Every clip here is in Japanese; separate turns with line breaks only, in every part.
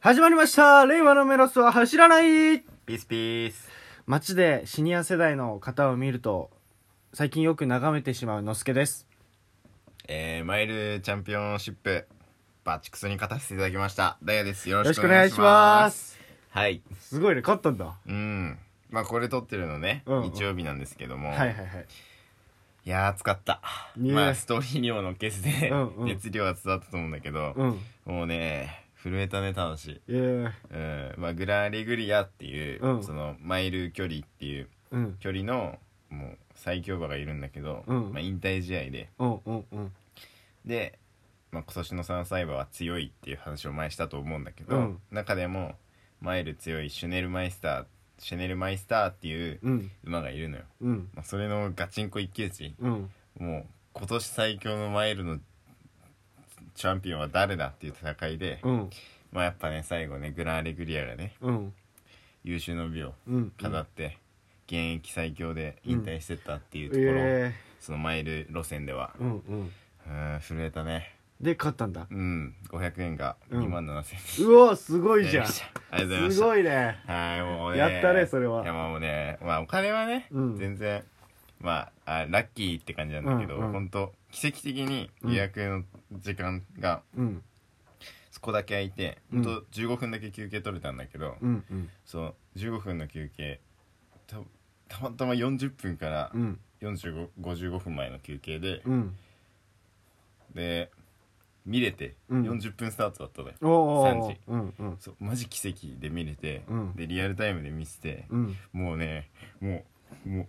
始まりました令和のメロスは走らない
ピースピース。
街でシニア世代の方を見ると、最近よく眺めてしまうのすけです。
えー、マイルチャンピオンシップ、バチクソに勝たせていただきました。ダイヤです。よ
よ
ろ
ろ
し
し
く
く
お
お
願
願
い
い
し
し
ま。
ますす。
はい。
すごいね、勝ったんだ。
うん。まあこれ撮ってるのね、
うんうん
日曜日なんですけども。
はいはいはい。
いやー、暑かった。
ねえ
まあストーリーにも乗っけてて、
うんうん
熱量は伝わったと思うんだけど、
うん。
もうね、震えたね、楽しい。
いやいや
うん。まあグラリグリアっていう、
うん
そのマイル距離っていう
うん。
距離の、もう最強馬がいるんだけど、
うん
まあ引退試合で、
うんうんうん。
で、まあ、今年の3歳馬は強いっていう話を前したと思うんだけど、
うん
中でもマイル強いシュネルマイスターシュネルマイスターっていう
うん。
馬がいるのよ、
うん。
まあ、それのガチンコ一騎打ち
うん。
もう今年最強のマイルのチャンピオンは誰だっていう戦いで、
うん。
まあ、やっぱね最後ねグランアレグリアがね
うん。
優秀の美を
うん。
飾って、現役最強で引退してったっていうところ、
え
そのマイル路線では
え。うんうん。
うん震えたね
で、勝ったんだ。
うん、500円が
うん
2万7000円
うおすごいじゃん。
でし
す
たありがとうございました。
ごいね。
はい、もうね。
やったねそれはい
や、まあもうね、まあお金はね、
うん
全然、まああ、ラッキーって感じなんだけど、
うんうん
本当奇跡的に予約の時間が
うん。
そこだけ空いて、
うん
本当15分だけ休憩取れたんだけど、
うんうん。
そう、15分の休憩、たたまたま40分から
うん。
45、55分前の休憩で、
うん。
で、見れて、
うん
40分スタートだったのよ。
おー
3時
うんうん。
そうマジ奇跡で見れて、
うん
でリアルタイムで見せて、
うん。
もうねもうもう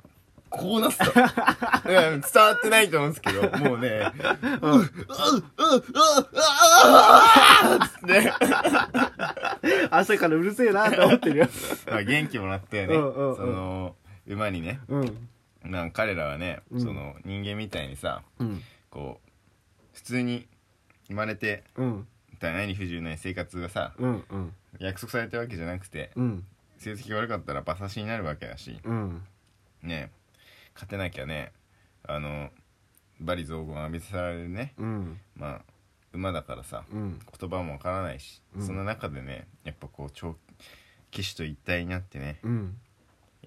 こうなってたうん伝わってないと思うんですけどもうね「ううううううううううううううううう
朝からうるせえなと思ってる よ。
まあ元気もらったよね、
うんうんうん
その馬にね
うん。
なんか彼らはね、
うん
その人間みたいにさ
うん。
こう普通に生まれて
うん。
何不自由ない生活がさ
うんうん。
約束されてるわけじゃなくて
うん。
成績悪かったら馬刺しになるわけだし
うん。
ね勝てなきゃねあの罵詈雑言浴びせられるね
うん。
まあ馬だからさ
うん。
言葉もわからないし、
うん
そんな中でねやっぱこう長騎手と一体になってね
うん。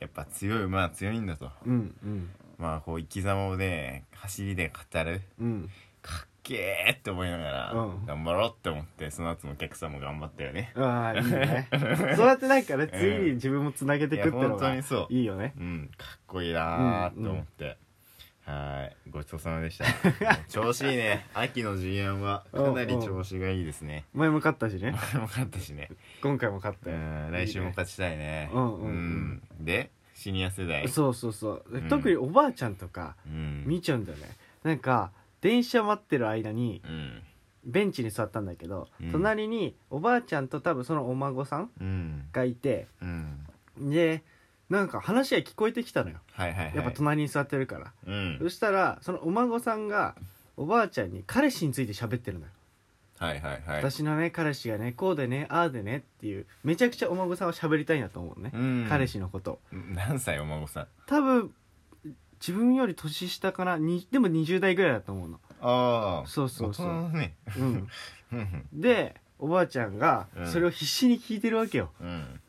やっぱ強い馬は強いんだと
うん。うん。
まあこう生き様をね走りで語る
うん。
かっけーって思いながら、
うん
頑張ろうって思ってその後のお客さんも頑張ったよね
ああ、いいね。そうやってなんかね、
うん
次に自分も繋げてくっての
いや本当
が
にそう
いいよね。
うんかっこいいなーって思って、はーいごちそうさまでした 調子いいね秋の GM はかなり調子がいいですね
前も勝ったしね。
前も勝ったしね
今回も勝った
う
よ
ん来週も勝ちたいね
うんうんうん
うんでシニア世代
そうそうそう
う。ん
特におばあちゃんとか
うん
見ちゃうんだよね。なんか、電車待ってる間に
うん
ベンチに座ったんだけど
うん、
隣におばあちゃんと多分そのお孫さん
うん
がいて、
うん
で、なんか話が聞こえてきたのよ。
はいはいはい
やっぱ隣に座ってるから。
う
そ
ん
したらそのお孫さんがおばあちゃんに彼氏について喋ってるのよ、
はいはいはい
私のね彼氏がねこうでねああでねっていうめちゃくちゃお孫さんは喋りたいんだと思うね
う、ん
彼氏のこと
何歳お孫さん
多分自分より年下かなにでも20代ぐらいだと思うの
ああ
そうそうそう
大人ね
うん
うんうん
でおばあちゃんが
うん
それを必死に聞いてるわけよ
うん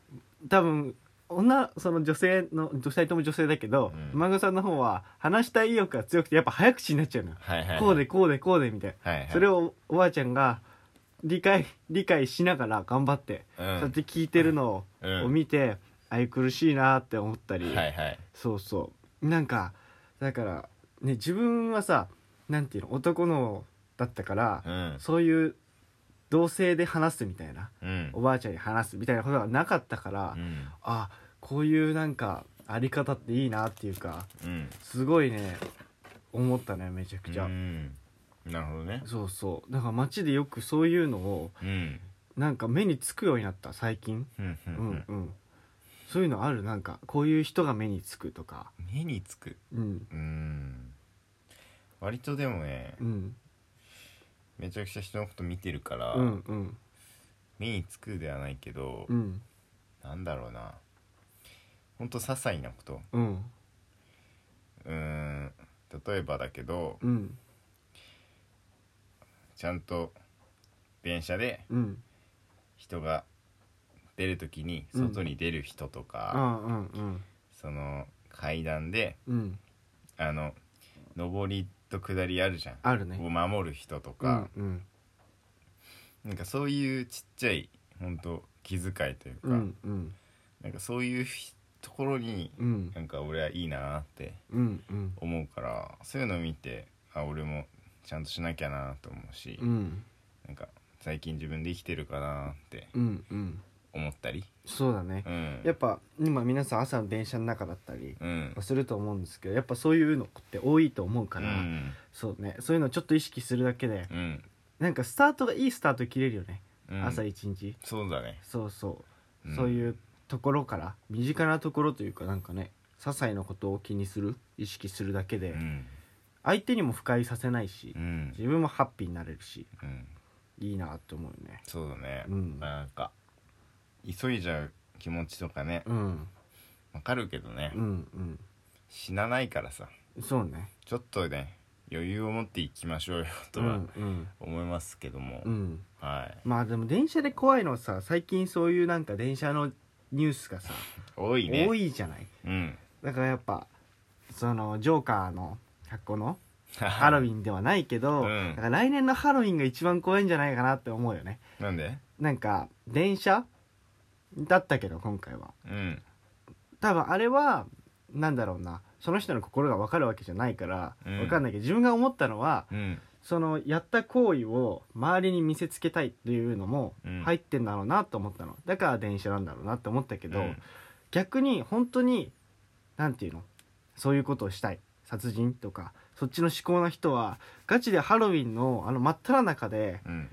多分女その女性の女性とも女性だけど、
うん
お孫さんの方は話したい意欲が強くてやっぱ早口になっちゃうのよ
はいはい
こうでこうでこうでみたいな
はいはい
それをおばあちゃんが理解理解しながら頑張って、
う
そうやっ
ん
て聞いてるの
うん
を見て、愛くるしいなって思ったり、
はいはい
そうそうなんかだからね自分はさなんていうの男のだったから、
うん
そういう同性で話すみたいな
うん
おばあちゃんに話すみたいなことがなかったから、
うん
あこういうなんかあり方っていいなっていうか
うん
すごいね思ったねめちゃくちゃ。
うんなるほどね
そうそうだから街でよくそういうのを
うん
なんか目につくようになった最近
うんう
うんん
う
うんん、そういうのあるなんかこういう人が目につくとか
目につく
うん
うん割とでもね
うん
めちゃくちゃ人のこと見てるから、
うんうん
目につくではないけど、
うん
なんだろうなほんと些細なこと
うん
うーん例えばだけど
うん
ちゃんと電車で
うん
人が出る時に
うん
外に出る人と
う
か、
んうんうん
その階段で
うん
あの上りと下りあるじゃん、
あるね
を守る人とか、
うん
なんかそういうちっちゃい本当気遣いというか、
うんうん
なんかそういうひところに
うん
なんか俺はいいなって
うんうん
思うからそういうのを見てあ俺もちゃんとしなきゃなと思うし、
うん
なんか最近自分で生きてるかなって
うんうん
思ったり、
そうだね
うん、
やっぱ今皆さん朝の電車の中だったり
うん
すると思うんですけどやっぱそういうのって多いと思うか
う
ら
ん
そうねそういうのちょっと意識するだけで
うん
なんかスタートがいいスタート切れるよね
うん
朝一日
そうだね、
そうそ
ん
うそういうところから身近なところというかなんかね些細なことを気にする意識するだけで
うん
相手にも不快させないし
うん
自分もハッピーになれるし
うん
いいなって思うよね
そうだね、
うん
なんか急いじゃう気持ちとかね
うん
わかるけどね、
うん
死なないからさ
うんそうね
ちょっとね余裕を持っていきましょうよと
う
は
んうん
思いますけども、
うん
はい
まあでも電車で怖いのはさ最近そういうなんか電車のニュースがさ
多いね
多いじゃない
うん
だからやっぱそのジョーカーの格好のハロウ
ィ
ィンではないけど、
うん
だから来年のハロウィンが一番怖いんじゃないかなって思うよね
ン なんで
なんか電車だったけど今回は
うん
多分あれはなんだろうなその人の心が分かるわけじゃないから、
うん
分かんないけど自分が思ったのは
うん
そのやった行為を周りに見せつけたいっていうのも
うん
入ってんだろうなと思ったの、だから電車なんだろうなって思ったけど、
うん
逆に本当になんていうのそういうことをしたい殺人とかそっちの思考な人はガチでハロウィンのあの真っ只中で
うん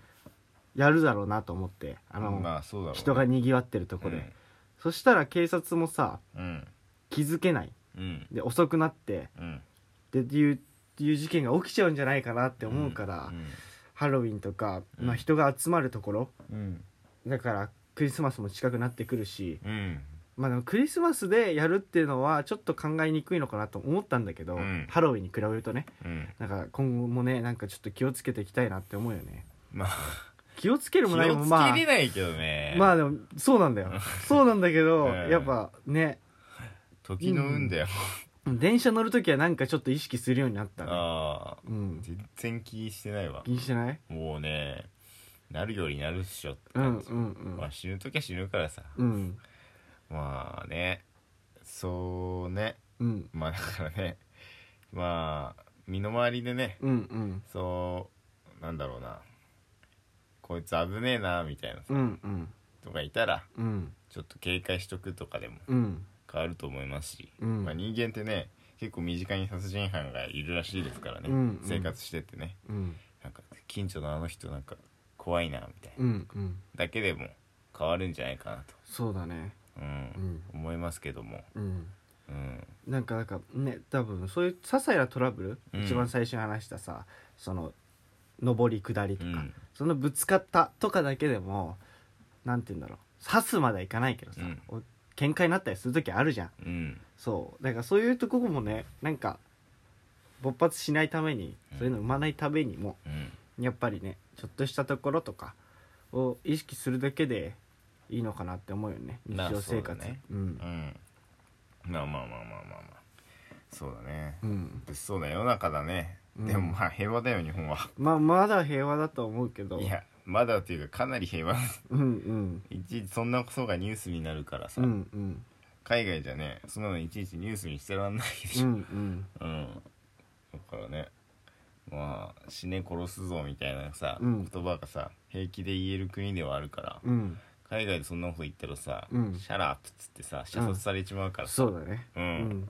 やるだろうなと思ってあの、
まあそうだろうね
人がにぎわってるとこで、そしたら警察もさ
うん
気づけない
うん
で遅くなって
うん
でっていうっていう事件が起きちゃうんじゃないかなって思うから、ハロウィンとか、
うん
まあ、人が集まるところ
うん
だからクリスマスも近くなってくるし、
うん
まあ、でもクリスマスでやるっていうのはちょっと考えにくいのかなと思ったんだけど、
うん
ハロウィンに比べるとね
うん
なんか今後もねなんかちょっと気をつけていきたいなって思うよね
まあ
気をつけ
気
るもない
を
も
つ
まあ
けれないけどね
まあでもそうなんだよそうなんだけど、
うん
やっぱね
時の運だよ
電車乗る時はなんかちょっと意識するようになったね
ああ
うん
全然気にしてないわ
気にしてない
もうねなるようになるっしょって
うんうん
感じ
うん
まあ死ぬ時は死ぬからさ
うん
まあねそうね
うん
まあだからねまあ身の回りでね
うんうん
そうなんだろうなこいつ危ねえなみたいなさ
うんうん
とかいたら
うん
ちょっと警戒しとくとかでも
うん
変わると思いますし、
うん
まあ、人間ってね結構身近に殺人犯がいるらしいですからね、
うんうん
生活しててね
うん
なんか近所のあの人なんか怖いなみたいな、
うんうん
だけでも変わるんじゃないかなと、
そうだね
うん
うん
思いますけども、
うん
うん、
なんかなんかね多分そういう些細なトラブル、
うん
一番最初に話したさその上り下りとか、
うん
そのぶつかったとかだけでもなんて言うんだろう刺すまではいかないけどさ、
うん
お喧嘩になったりする時あるじゃん
うん
そうだからそういうとこもねなんか勃発しないために
うん
そういうの生まないためにも、
うん
やっぱりねちょっとしたところとかを意識するだけでいいのかなって思うよね日
まあ
常生
そう
活
だね
うん
うんまあまあまあまあまあまあそうだね
うん
物騒な世の中だね、
うん
でもまあ平和だよ日本は
まあまだ平和だと思うけど
いやまだというかかなり平和
うんうん
いちいちそんなことがニュースになるからさ、
うんうん
海外じゃねそんなのいちいちニュースにしてらんないで
う
しょ、
ん
うんだからねまあ死ね殺すぞみたいなさ、
うん
言葉がさ平気で言える国ではあるから
うんうん
海外でそんなこと言ったらさ、
うん
シャラップっつってさ射殺されちまうからさ、
そうだね
うん
うん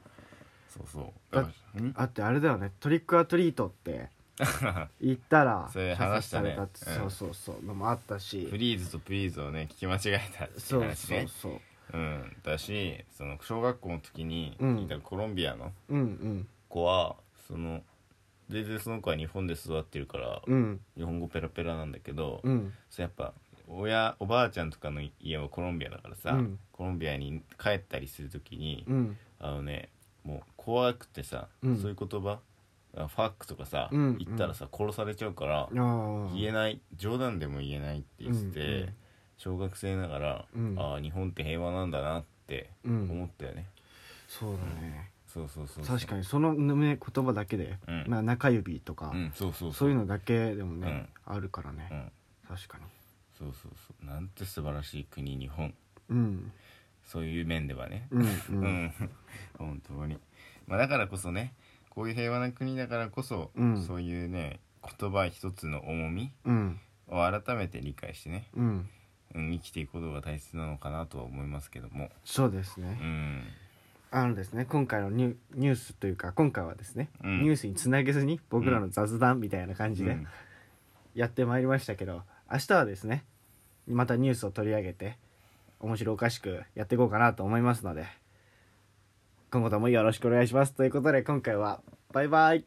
そうそうだからん
あってあれだよねトリックアトリート って言ったら
それ話したね
射殺されたって
う
そ
ん
うそうそうのもあったし
フリーズとプリーズをね聞き間違えたって
そう
話
そう
ね
そう
うんだしその小学校の時に
うん
いたコロンビアの
うん
子はその全然その子は日本で育ってるから
うんうん
日本語ペラペラなんだけど、
うん
そうやっぱ親おばあちゃんとかの家はコロンビアだからさ、
うん
コロンビアに帰ったりする時に、
うん
あのねもう怖くてさ、
うん
そういう言葉あファックとかさ、
うん
言ったらさ殺されちゃうから、
ああ
言えない冗談でも言えないって言って、
うんうん
小学生ながら、
うん
ああ日本って平和なんだなって
うん
思ったよね、
そうだね
そうそうそうそう
確かにその、ね、言葉だけで、
うん
まあ、中指とか、
うんそうそう
そういうのだけでもね、あるから
う
ね、
ん
確かに
そうそうそうなんて素晴らしい国日本
うん
そういう面ではね
うんう
うんん 本当に、まあ、だからこそねこういう平和な国だからこそ、
うん
そういうね言葉一つの重み
うん
を改めて理解してね、
うん
うん、生きていくことが大切なのかなとは思いますけども
そうです
う
ね、
ん
あのですね今回のニュニュースというか今回はですね、
うん
ニュースにつなげずに僕らの雑談みたいな感じ
う
で
ん
やってまいりましたけど、明日はですねまたニュースを取り上げて面白おかしくやっていこうかなと思いますので今後ともよろしくお願いしますということで今回はバイバイ